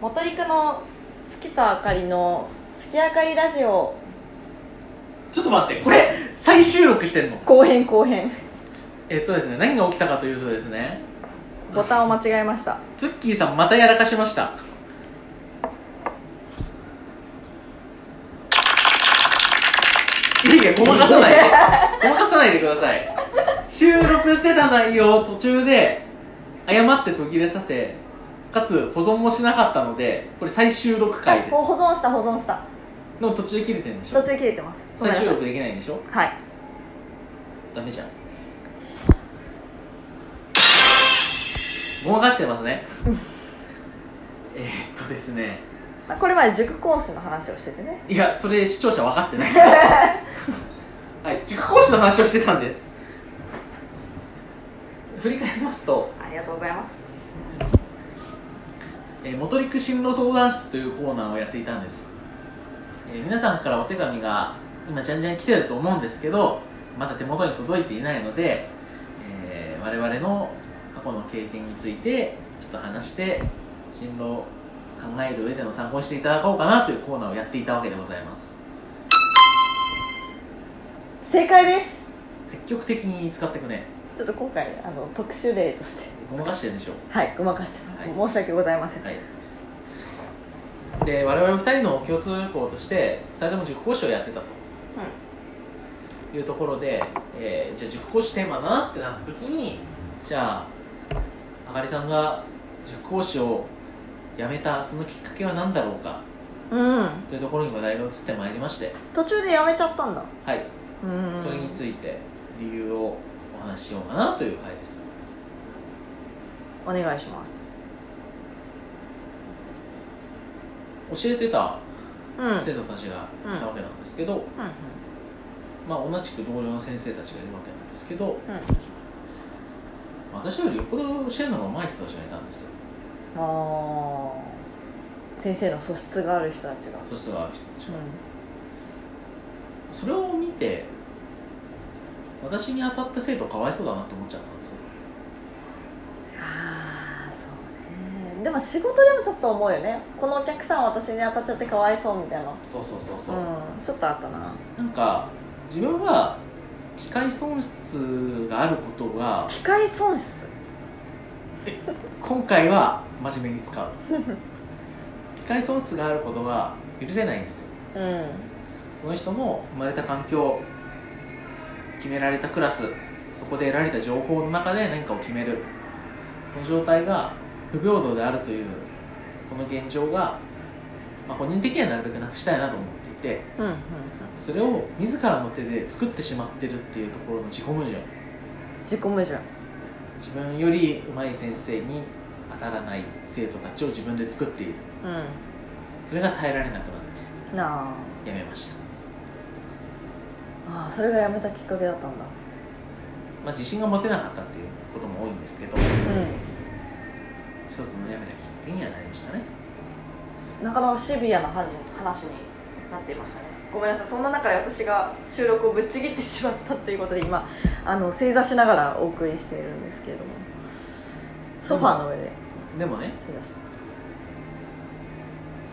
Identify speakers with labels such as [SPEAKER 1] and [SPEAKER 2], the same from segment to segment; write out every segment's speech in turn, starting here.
[SPEAKER 1] 元陸の月と明かりの月明かりラジオ
[SPEAKER 2] ちょっと待ってこれ再収録してんの
[SPEAKER 1] 後編後編
[SPEAKER 2] えっとですね何が起きたかというとですね
[SPEAKER 1] ボタンを間違えました
[SPEAKER 2] ツッキーさんまたやらかしましたいやいやごまかさないでごまかさないでください収録してた内容を途中で誤って途切れさせかつ保存もしなかったのでこれ再収録回です
[SPEAKER 1] ほ保存した保存した
[SPEAKER 2] でも途中で切れてるんでし
[SPEAKER 1] 途
[SPEAKER 2] ょ
[SPEAKER 1] 中で切れてますごめん
[SPEAKER 2] 再
[SPEAKER 1] なさい
[SPEAKER 2] 収録できないんでしょ
[SPEAKER 1] はい
[SPEAKER 2] ダメじゃんごまかしてますね えーっとですね
[SPEAKER 1] まあこれまで塾講師の話をしててね
[SPEAKER 2] いやそれ視聴者分かって ないはい塾講師の話をしてたんです振り返りますと、
[SPEAKER 1] ありがとうございます
[SPEAKER 2] えー、元陸進路相談室というコーナーをやっていたんです、えー皆さんからお手紙が今じゃんじゃん来てると思うんですけどまだ手元に届いていないので、えー我々の過去の経験についてちょっと話して進路を考える上での参考にしていただこうかなというコーナーをやっていたわけでございます
[SPEAKER 1] 正解です
[SPEAKER 2] 積極的に使っていくね
[SPEAKER 1] ちょっと今回あの特殊例として
[SPEAKER 2] ごまかしてるんでしょ
[SPEAKER 1] はいごまかしてます、
[SPEAKER 2] は
[SPEAKER 1] 申し訳ございません、
[SPEAKER 2] はい、で我々2人の共通項として2人とも塾講師をやってたというところで、えーじゃあ塾講師テーマだなってなった時にじゃああかりさんが塾講師を辞めたそのきっかけは何だろうか
[SPEAKER 1] うん、
[SPEAKER 2] というところに話題が移ってまいりまして
[SPEAKER 1] 途中でやめちゃったんだ
[SPEAKER 2] はい、
[SPEAKER 1] うん
[SPEAKER 2] それについて理由をお話ししようかなという回です
[SPEAKER 1] お願いします
[SPEAKER 2] 教えてた
[SPEAKER 1] うんうん
[SPEAKER 2] 生徒たちがいたわけなんですけど、まあ、同じく同僚の先生たちがいるわけなんですけど、私よりよっぽど教えるのが上手い人たちがいたんですよ
[SPEAKER 1] ああ先生の素質がある人たちが
[SPEAKER 2] 素質がある人たち
[SPEAKER 1] う
[SPEAKER 2] が、
[SPEAKER 1] ん
[SPEAKER 2] それを見て私に当たった生徒かわいそうだなって思っちゃったんですよ
[SPEAKER 1] ああそうねでも仕事でもちょっと思うよねこのお客さん私に当たっちゃってかわいそうみたいなう
[SPEAKER 2] そうそうそうそう、
[SPEAKER 1] んちょっとあったな
[SPEAKER 2] なんか自分は機械損失があることが
[SPEAKER 1] 機械損失
[SPEAKER 2] 今回は真面目に使 う機械損失があることが許せないんですよ
[SPEAKER 1] うん
[SPEAKER 2] その人の生まれた環境決められたクラスそこで得られた情報の中で何かを決めるその状態が不平等であるというこの現状が、まあ、個人的にはなるべくなくしたいなと思っていて
[SPEAKER 1] うんうん
[SPEAKER 2] それを自らの手で作ってしまってるっていうところの自己矛盾
[SPEAKER 1] 自己矛盾
[SPEAKER 2] 自分より上手い先生に当たらない生徒たちを自分で作っている
[SPEAKER 1] う
[SPEAKER 2] それが耐えられなくなっ
[SPEAKER 1] んな
[SPEAKER 2] てやめました、
[SPEAKER 1] ああーそれがやめたきっかけだったんだ
[SPEAKER 2] まあ、自信が持てなかったっていうことも多いんですけど
[SPEAKER 1] う
[SPEAKER 2] 一つのやめたきっかけにはなりましたね
[SPEAKER 1] んなかなかシビアな話話になっていましたねごめんなさいそんな中で私が収録をぶっちぎってしまったということで今あの正座しながらお送りしているんですけれどもソファーの上で
[SPEAKER 2] でもね
[SPEAKER 1] 正座してます、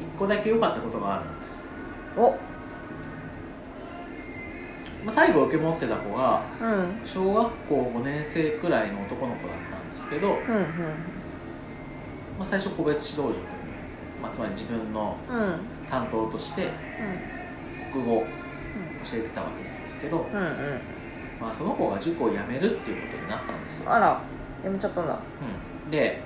[SPEAKER 2] 一個だけ良かったことがあるんです、
[SPEAKER 1] お
[SPEAKER 2] まあ、最後受け持ってた子が
[SPEAKER 1] うん
[SPEAKER 2] 小学校5年生くらいの男の子だったんですけ
[SPEAKER 1] う
[SPEAKER 2] ど、
[SPEAKER 1] ん
[SPEAKER 2] まあ、最初個別指導塾、まあ、つまり自分の
[SPEAKER 1] うんうん
[SPEAKER 2] 担当として国語を教えてたわけなんですけど、
[SPEAKER 1] うんうん
[SPEAKER 2] まあ、その子が塾を辞めるっていうことになったんですよ、
[SPEAKER 1] あらやめちゃったんだ
[SPEAKER 2] うん、で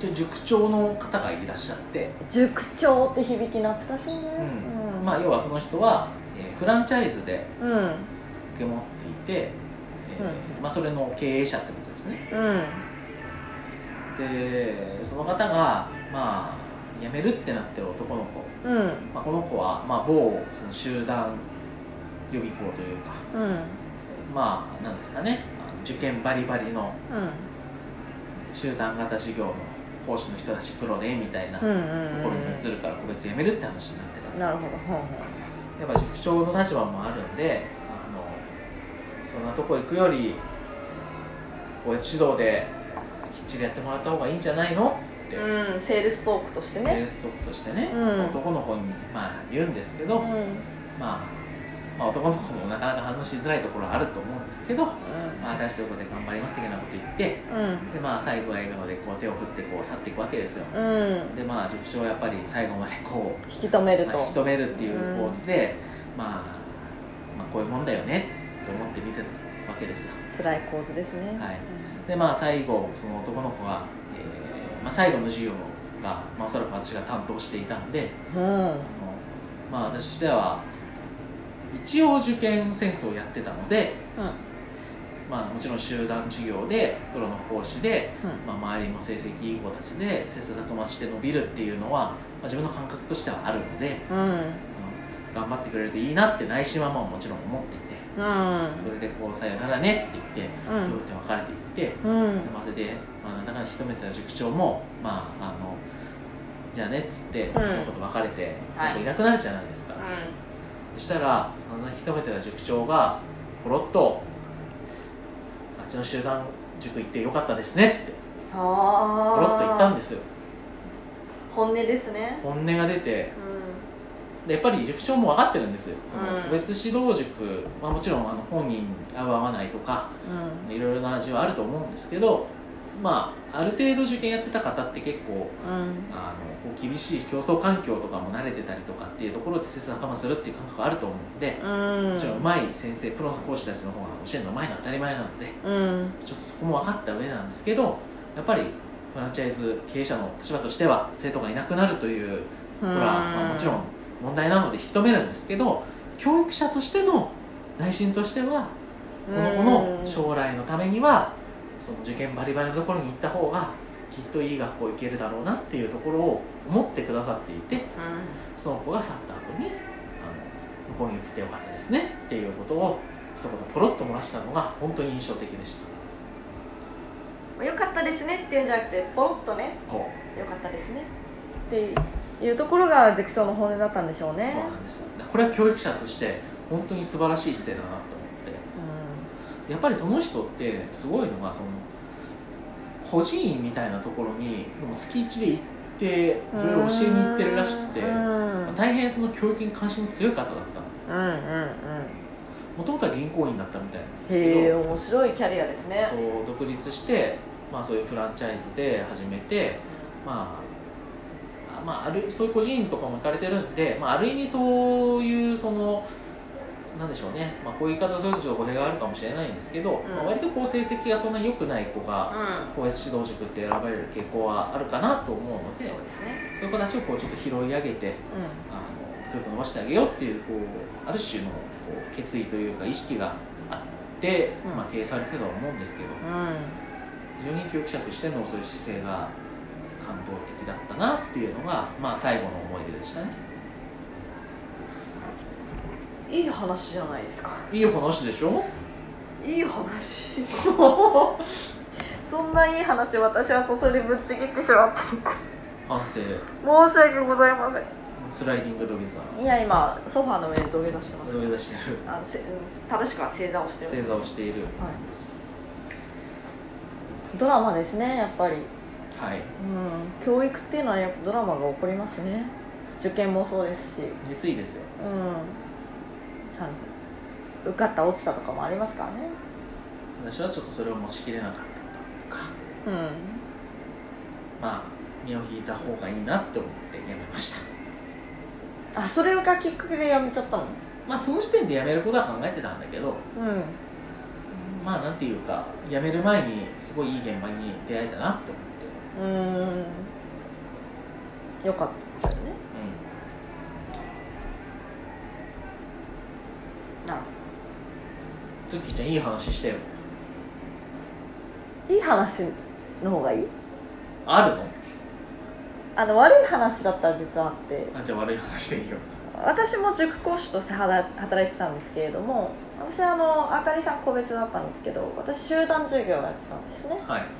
[SPEAKER 2] 一応塾長の方がいらっしゃって、
[SPEAKER 1] 塾長って響き懐かしいね
[SPEAKER 2] うん
[SPEAKER 1] うん
[SPEAKER 2] まあ、要はその人は、えーフランチャイズで
[SPEAKER 1] うんうん
[SPEAKER 2] 受け持っていて、えーまあ、それの経営者ってことですねでその方がまあ辞めるってなってる男の子、
[SPEAKER 1] うん
[SPEAKER 2] まあ、この子は、まあ、某その集団予備校というか
[SPEAKER 1] うん
[SPEAKER 2] まあなんですかねあの受験バリバリの
[SPEAKER 1] うん
[SPEAKER 2] 集団型授業の講師の人たちプロでみたいなと
[SPEAKER 1] う
[SPEAKER 2] こ
[SPEAKER 1] んうん
[SPEAKER 2] ろに移るから個別辞めるって話になってた
[SPEAKER 1] なるほどほうほ
[SPEAKER 2] やっぱ塾長の立場もあるんであのそんなとこ行くよりこう指導できっちりやってもらった方がいいんじゃないのって、
[SPEAKER 1] うんセールストークとして
[SPEAKER 2] セー
[SPEAKER 1] ね
[SPEAKER 2] ルストックとしてね、
[SPEAKER 1] うん
[SPEAKER 2] 男の子に、まあ、言うんですけど、
[SPEAKER 1] うん
[SPEAKER 2] まあ、まあ男の子もなかなか反応しづらいところはあると思うんですけど、まあ、大したことで頑張ります的なこと言って
[SPEAKER 1] うん
[SPEAKER 2] で、まあ、最後は笑顔でこう手を振ってこう去っていくわけですよ
[SPEAKER 1] うん、
[SPEAKER 2] でまあ塾長はやっぱり最後までこう
[SPEAKER 1] 引き止めると、
[SPEAKER 2] まあ、引き止めるっていう
[SPEAKER 1] うん
[SPEAKER 2] 構図で、まあ、まあこういうもんだよねと思って見てたわけですよ
[SPEAKER 1] 辛い構図ですね
[SPEAKER 2] はいでまあ最後その男の子が、えーまあ、最後の授業が、まあ、おそらく私が担当していたので
[SPEAKER 1] うん
[SPEAKER 2] あの、まあ、私としては一応受験戦争をやってたので、
[SPEAKER 1] うん
[SPEAKER 2] まあ、もちろん集団授業でプロの講師で、
[SPEAKER 1] うん
[SPEAKER 2] まあ、周りも成績いい子たちで切磋琢磨して伸びるっていうのは、まあ、自分の感覚としてはあるので、
[SPEAKER 1] うん
[SPEAKER 2] あの頑張ってくれるといいなって内心はまあもちろん思っていて
[SPEAKER 1] うん
[SPEAKER 2] それでこう「さよならね」って言って
[SPEAKER 1] う
[SPEAKER 2] 夫
[SPEAKER 1] ん
[SPEAKER 2] 婦で別れていって、
[SPEAKER 1] うん
[SPEAKER 2] まあ、それで、まあ、なんだかんだ引き止めてた塾長もまああのじゃあねっつって、
[SPEAKER 1] ん
[SPEAKER 2] その子と別れて、
[SPEAKER 1] はい
[SPEAKER 2] なんかいなくなるじゃないですか、そしたらその引き止めてた塾長がポロッと「あっちの集団塾行ってよかったですね」ってポロッと言ったん
[SPEAKER 1] ああ
[SPEAKER 2] ですよ
[SPEAKER 1] 本音ですね
[SPEAKER 2] 本音が出て
[SPEAKER 1] う
[SPEAKER 2] でやっぱり塾長も分かってるんですよそ
[SPEAKER 1] うん
[SPEAKER 2] の個別指導塾、まあ、もちろんあの本人に合う合わないとか
[SPEAKER 1] んうん
[SPEAKER 2] いろいろな味はあると思うんですけど、まあ、ある程度受験やってた方って結構
[SPEAKER 1] うん
[SPEAKER 2] あのこう厳しい競争環境とかも慣れてたりとかっていうところで切磋琢磨するっていう感覚があると思うんで、
[SPEAKER 1] うん
[SPEAKER 2] もちろんうまい先生プロの講師たちの方が教えるのうまいのは当たり前なので
[SPEAKER 1] うん
[SPEAKER 2] ちょっとそこも分かった上なんですけどやっぱりフランチャイズ経営者の立場としては生徒がいなくなるという
[SPEAKER 1] ほ
[SPEAKER 2] これは、まあもちろん問題なので引き止めるんですけど教育者としての内心としてはこの子の将来のためにはその受験バリバリのところに行った方がきっといい学校行けるだろうなっていうところを思ってくださっていてその子が去った後にあの向こうに移ってよかったですねっていうことを一言ポロッと漏らしたのが本当に印象的でした
[SPEAKER 1] うんよかったですねっていうんじゃなくてポロッとね
[SPEAKER 2] こ
[SPEAKER 1] よかったですねっていうところが塾長の本音だったんでしょう
[SPEAKER 2] う、
[SPEAKER 1] ね
[SPEAKER 2] そうなんですこれは教育者として本当に素晴らしい姿勢だなと思ってやっぱりその人ってすごいのがその孤児院みたいなところにもう月1で行ってい
[SPEAKER 1] うん
[SPEAKER 2] ろいろ教えに行ってるらしくて
[SPEAKER 1] うんうん
[SPEAKER 2] 大変その教育に関心の強い方だったの
[SPEAKER 1] うんうん
[SPEAKER 2] もともとは銀行員だったみたいなんです
[SPEAKER 1] へ
[SPEAKER 2] け
[SPEAKER 1] え
[SPEAKER 2] ど
[SPEAKER 1] 面白いキャリアですね
[SPEAKER 2] そう独立して、まあ、そういうフランチャイズで始めて、まああまあ、あるそういう個人とかも行かれてるんで、まあ、ある意味そういうそのなんでしょうね、まあ、こういう言い方をするとちょっと語弊があるかもしれないんですけど、
[SPEAKER 1] ん
[SPEAKER 2] まあ割とこう成績がそんなに良くない子が
[SPEAKER 1] う
[SPEAKER 2] 公別指導塾って選ばれる傾向はあるかなと思うの
[SPEAKER 1] ん
[SPEAKER 2] で
[SPEAKER 1] そうですね
[SPEAKER 2] そういう子たちをこうちょっと拾い上げてあの教育を伸ばしてあげようっていうこうある種のこう決意というか意識があって、
[SPEAKER 1] うん
[SPEAKER 2] まあ、経営されてたとは思うんですけど
[SPEAKER 1] うんうん
[SPEAKER 2] 非常に教育者としてのそういう姿勢が感動的だったなっていうのが、まあ、最後の思い出でしたね
[SPEAKER 1] いい話じゃないですか
[SPEAKER 2] いい話でしょ
[SPEAKER 1] いい話そんないい話私は途中でぶっちぎってしまった
[SPEAKER 2] 反省
[SPEAKER 1] 申し訳ございませ
[SPEAKER 2] スライディング土
[SPEAKER 1] ん
[SPEAKER 2] 下
[SPEAKER 1] いや今ソファーの上で土下座してます
[SPEAKER 2] 座土下座してる
[SPEAKER 1] あせうん正しくは正座をしてる
[SPEAKER 2] 正座をしている
[SPEAKER 1] はいドラマですねやっぱり
[SPEAKER 2] はい
[SPEAKER 1] うん教育っていうのはやっぱドラマが起こりますね受験もそうですし
[SPEAKER 2] 熱意ですよ
[SPEAKER 1] うんあの受かった落ちたとかもありますからね
[SPEAKER 2] 私はちょっとそれを持ちきれなかったというか
[SPEAKER 1] うん
[SPEAKER 2] まあ身を引いた方がいいなって思ってやめました
[SPEAKER 1] あそれがきっかけでやめちゃったの
[SPEAKER 2] まあその時点でやめることは考えてたんだけど
[SPEAKER 1] うん
[SPEAKER 2] まあなんていうか辞める前にすごいいい現場に出会えたなって思って、
[SPEAKER 1] うーんよかったよねなる
[SPEAKER 2] うん、ツッキーちゃんいい話してよ
[SPEAKER 1] ほどいい話の方がいい
[SPEAKER 2] あるの
[SPEAKER 1] あの悪い話だったら実はあって
[SPEAKER 2] あじゃあ悪い話でいいよ
[SPEAKER 1] 私も塾講師として働働いてたんですけれども私はあのあかりさん個別だったんですけど私集団授業をやってたんですね
[SPEAKER 2] はい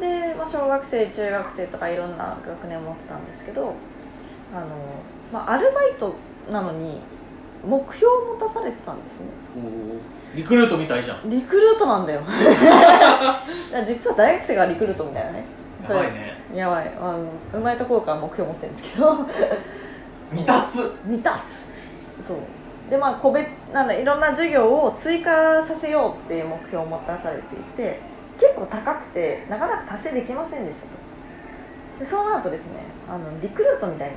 [SPEAKER 1] で、まあ、小学生中学生とかいろんな学年を持ってたんですけどあの、まあ、アルバイトなのに目標を持たされてたんですね
[SPEAKER 2] おリクルートみたいじゃん
[SPEAKER 1] リクルートなんだよ 実は大学生がリクルートみたいなね
[SPEAKER 2] やばいね
[SPEAKER 1] それやばいあのうまいところから目標持ってるんですけど
[SPEAKER 2] 未達
[SPEAKER 1] 未達そうでまあ個別なんだいろんな授業を追加させようっていう目標を持たされていて結構高くてなかなか達成できませんでしたとでそうなるとですねあのリクルートみたいに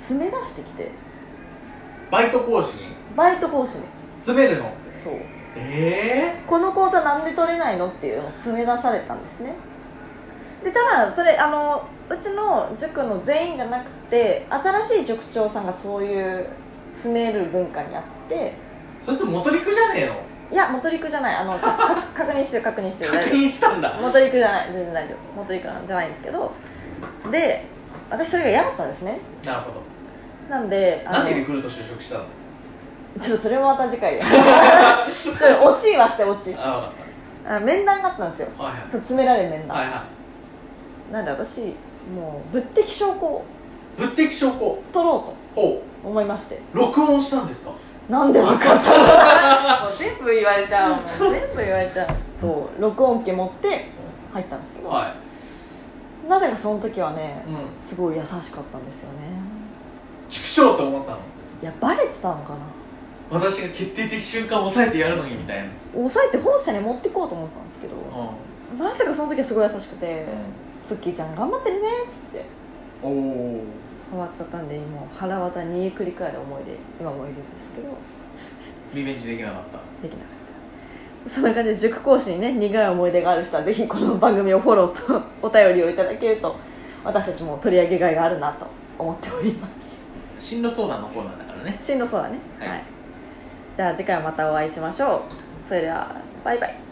[SPEAKER 1] 詰め出してきて
[SPEAKER 2] バイト講師に
[SPEAKER 1] バイト講師に
[SPEAKER 2] 詰めるの
[SPEAKER 1] そう
[SPEAKER 2] え
[SPEAKER 1] この講座なんで取れないのっていうのを詰め出されたんですねでただそれあのうちの塾の全員じゃなくて新しい塾長さんがそういう詰める文化にあって
[SPEAKER 2] えそいつ元陸じゃねえの
[SPEAKER 1] いや元陸じゃないあのか か確認してる確認してる
[SPEAKER 2] 確
[SPEAKER 1] 大丈
[SPEAKER 2] 認したんだ
[SPEAKER 1] 夫元陸じゃない全然大丈夫元陸なんじゃないんですけどで私それが嫌だったんですね
[SPEAKER 2] なるほど
[SPEAKER 1] なんであ
[SPEAKER 2] な
[SPEAKER 1] の
[SPEAKER 2] んでリ
[SPEAKER 1] ち
[SPEAKER 2] クルート就職したの
[SPEAKER 1] ょっとそれもまた次 回ちょっと落ちはして落ち
[SPEAKER 2] あ
[SPEAKER 1] あ面談があったんですよ
[SPEAKER 2] 分かったはいはい
[SPEAKER 1] そう詰められる面談、
[SPEAKER 2] はいは
[SPEAKER 1] なんで私もう物的証拠を
[SPEAKER 2] い物的証拠
[SPEAKER 1] 取ろ
[SPEAKER 2] ほ
[SPEAKER 1] うと思いまして
[SPEAKER 2] う録音したんですか
[SPEAKER 1] なんで分かった のもう全部言われちゃうもう全部言われちゃうそう録音機持って入ったんですけど、
[SPEAKER 2] は
[SPEAKER 1] なぜかその時はね
[SPEAKER 2] いうん
[SPEAKER 1] すごい優しかったんですよね
[SPEAKER 2] 畜生って思ったの
[SPEAKER 1] いやバレてたのかな
[SPEAKER 2] 私が決定的瞬間を抑えてやるのにみたいな
[SPEAKER 1] 抑えて本社に持ってこうと思ったんですけどなぜかその時はすごい優しくて「ツッキーちゃん頑張ってるね」っつって
[SPEAKER 2] おお
[SPEAKER 1] 終わっちゃったんでもう腹渡に繰り返る思いで今もいるんですけど
[SPEAKER 2] リベンジできなかった
[SPEAKER 1] できなかったそんな感じで塾講師にね苦い思い出がある人はぜひこの番組をフォローと お便りをいただけると私たちも取り上げがいがあるなと思っております
[SPEAKER 2] 進路相談のコーナーだからね
[SPEAKER 1] 進路そうだね
[SPEAKER 2] はい
[SPEAKER 1] じゃあ次回またお会いしましょうそれではバイバイ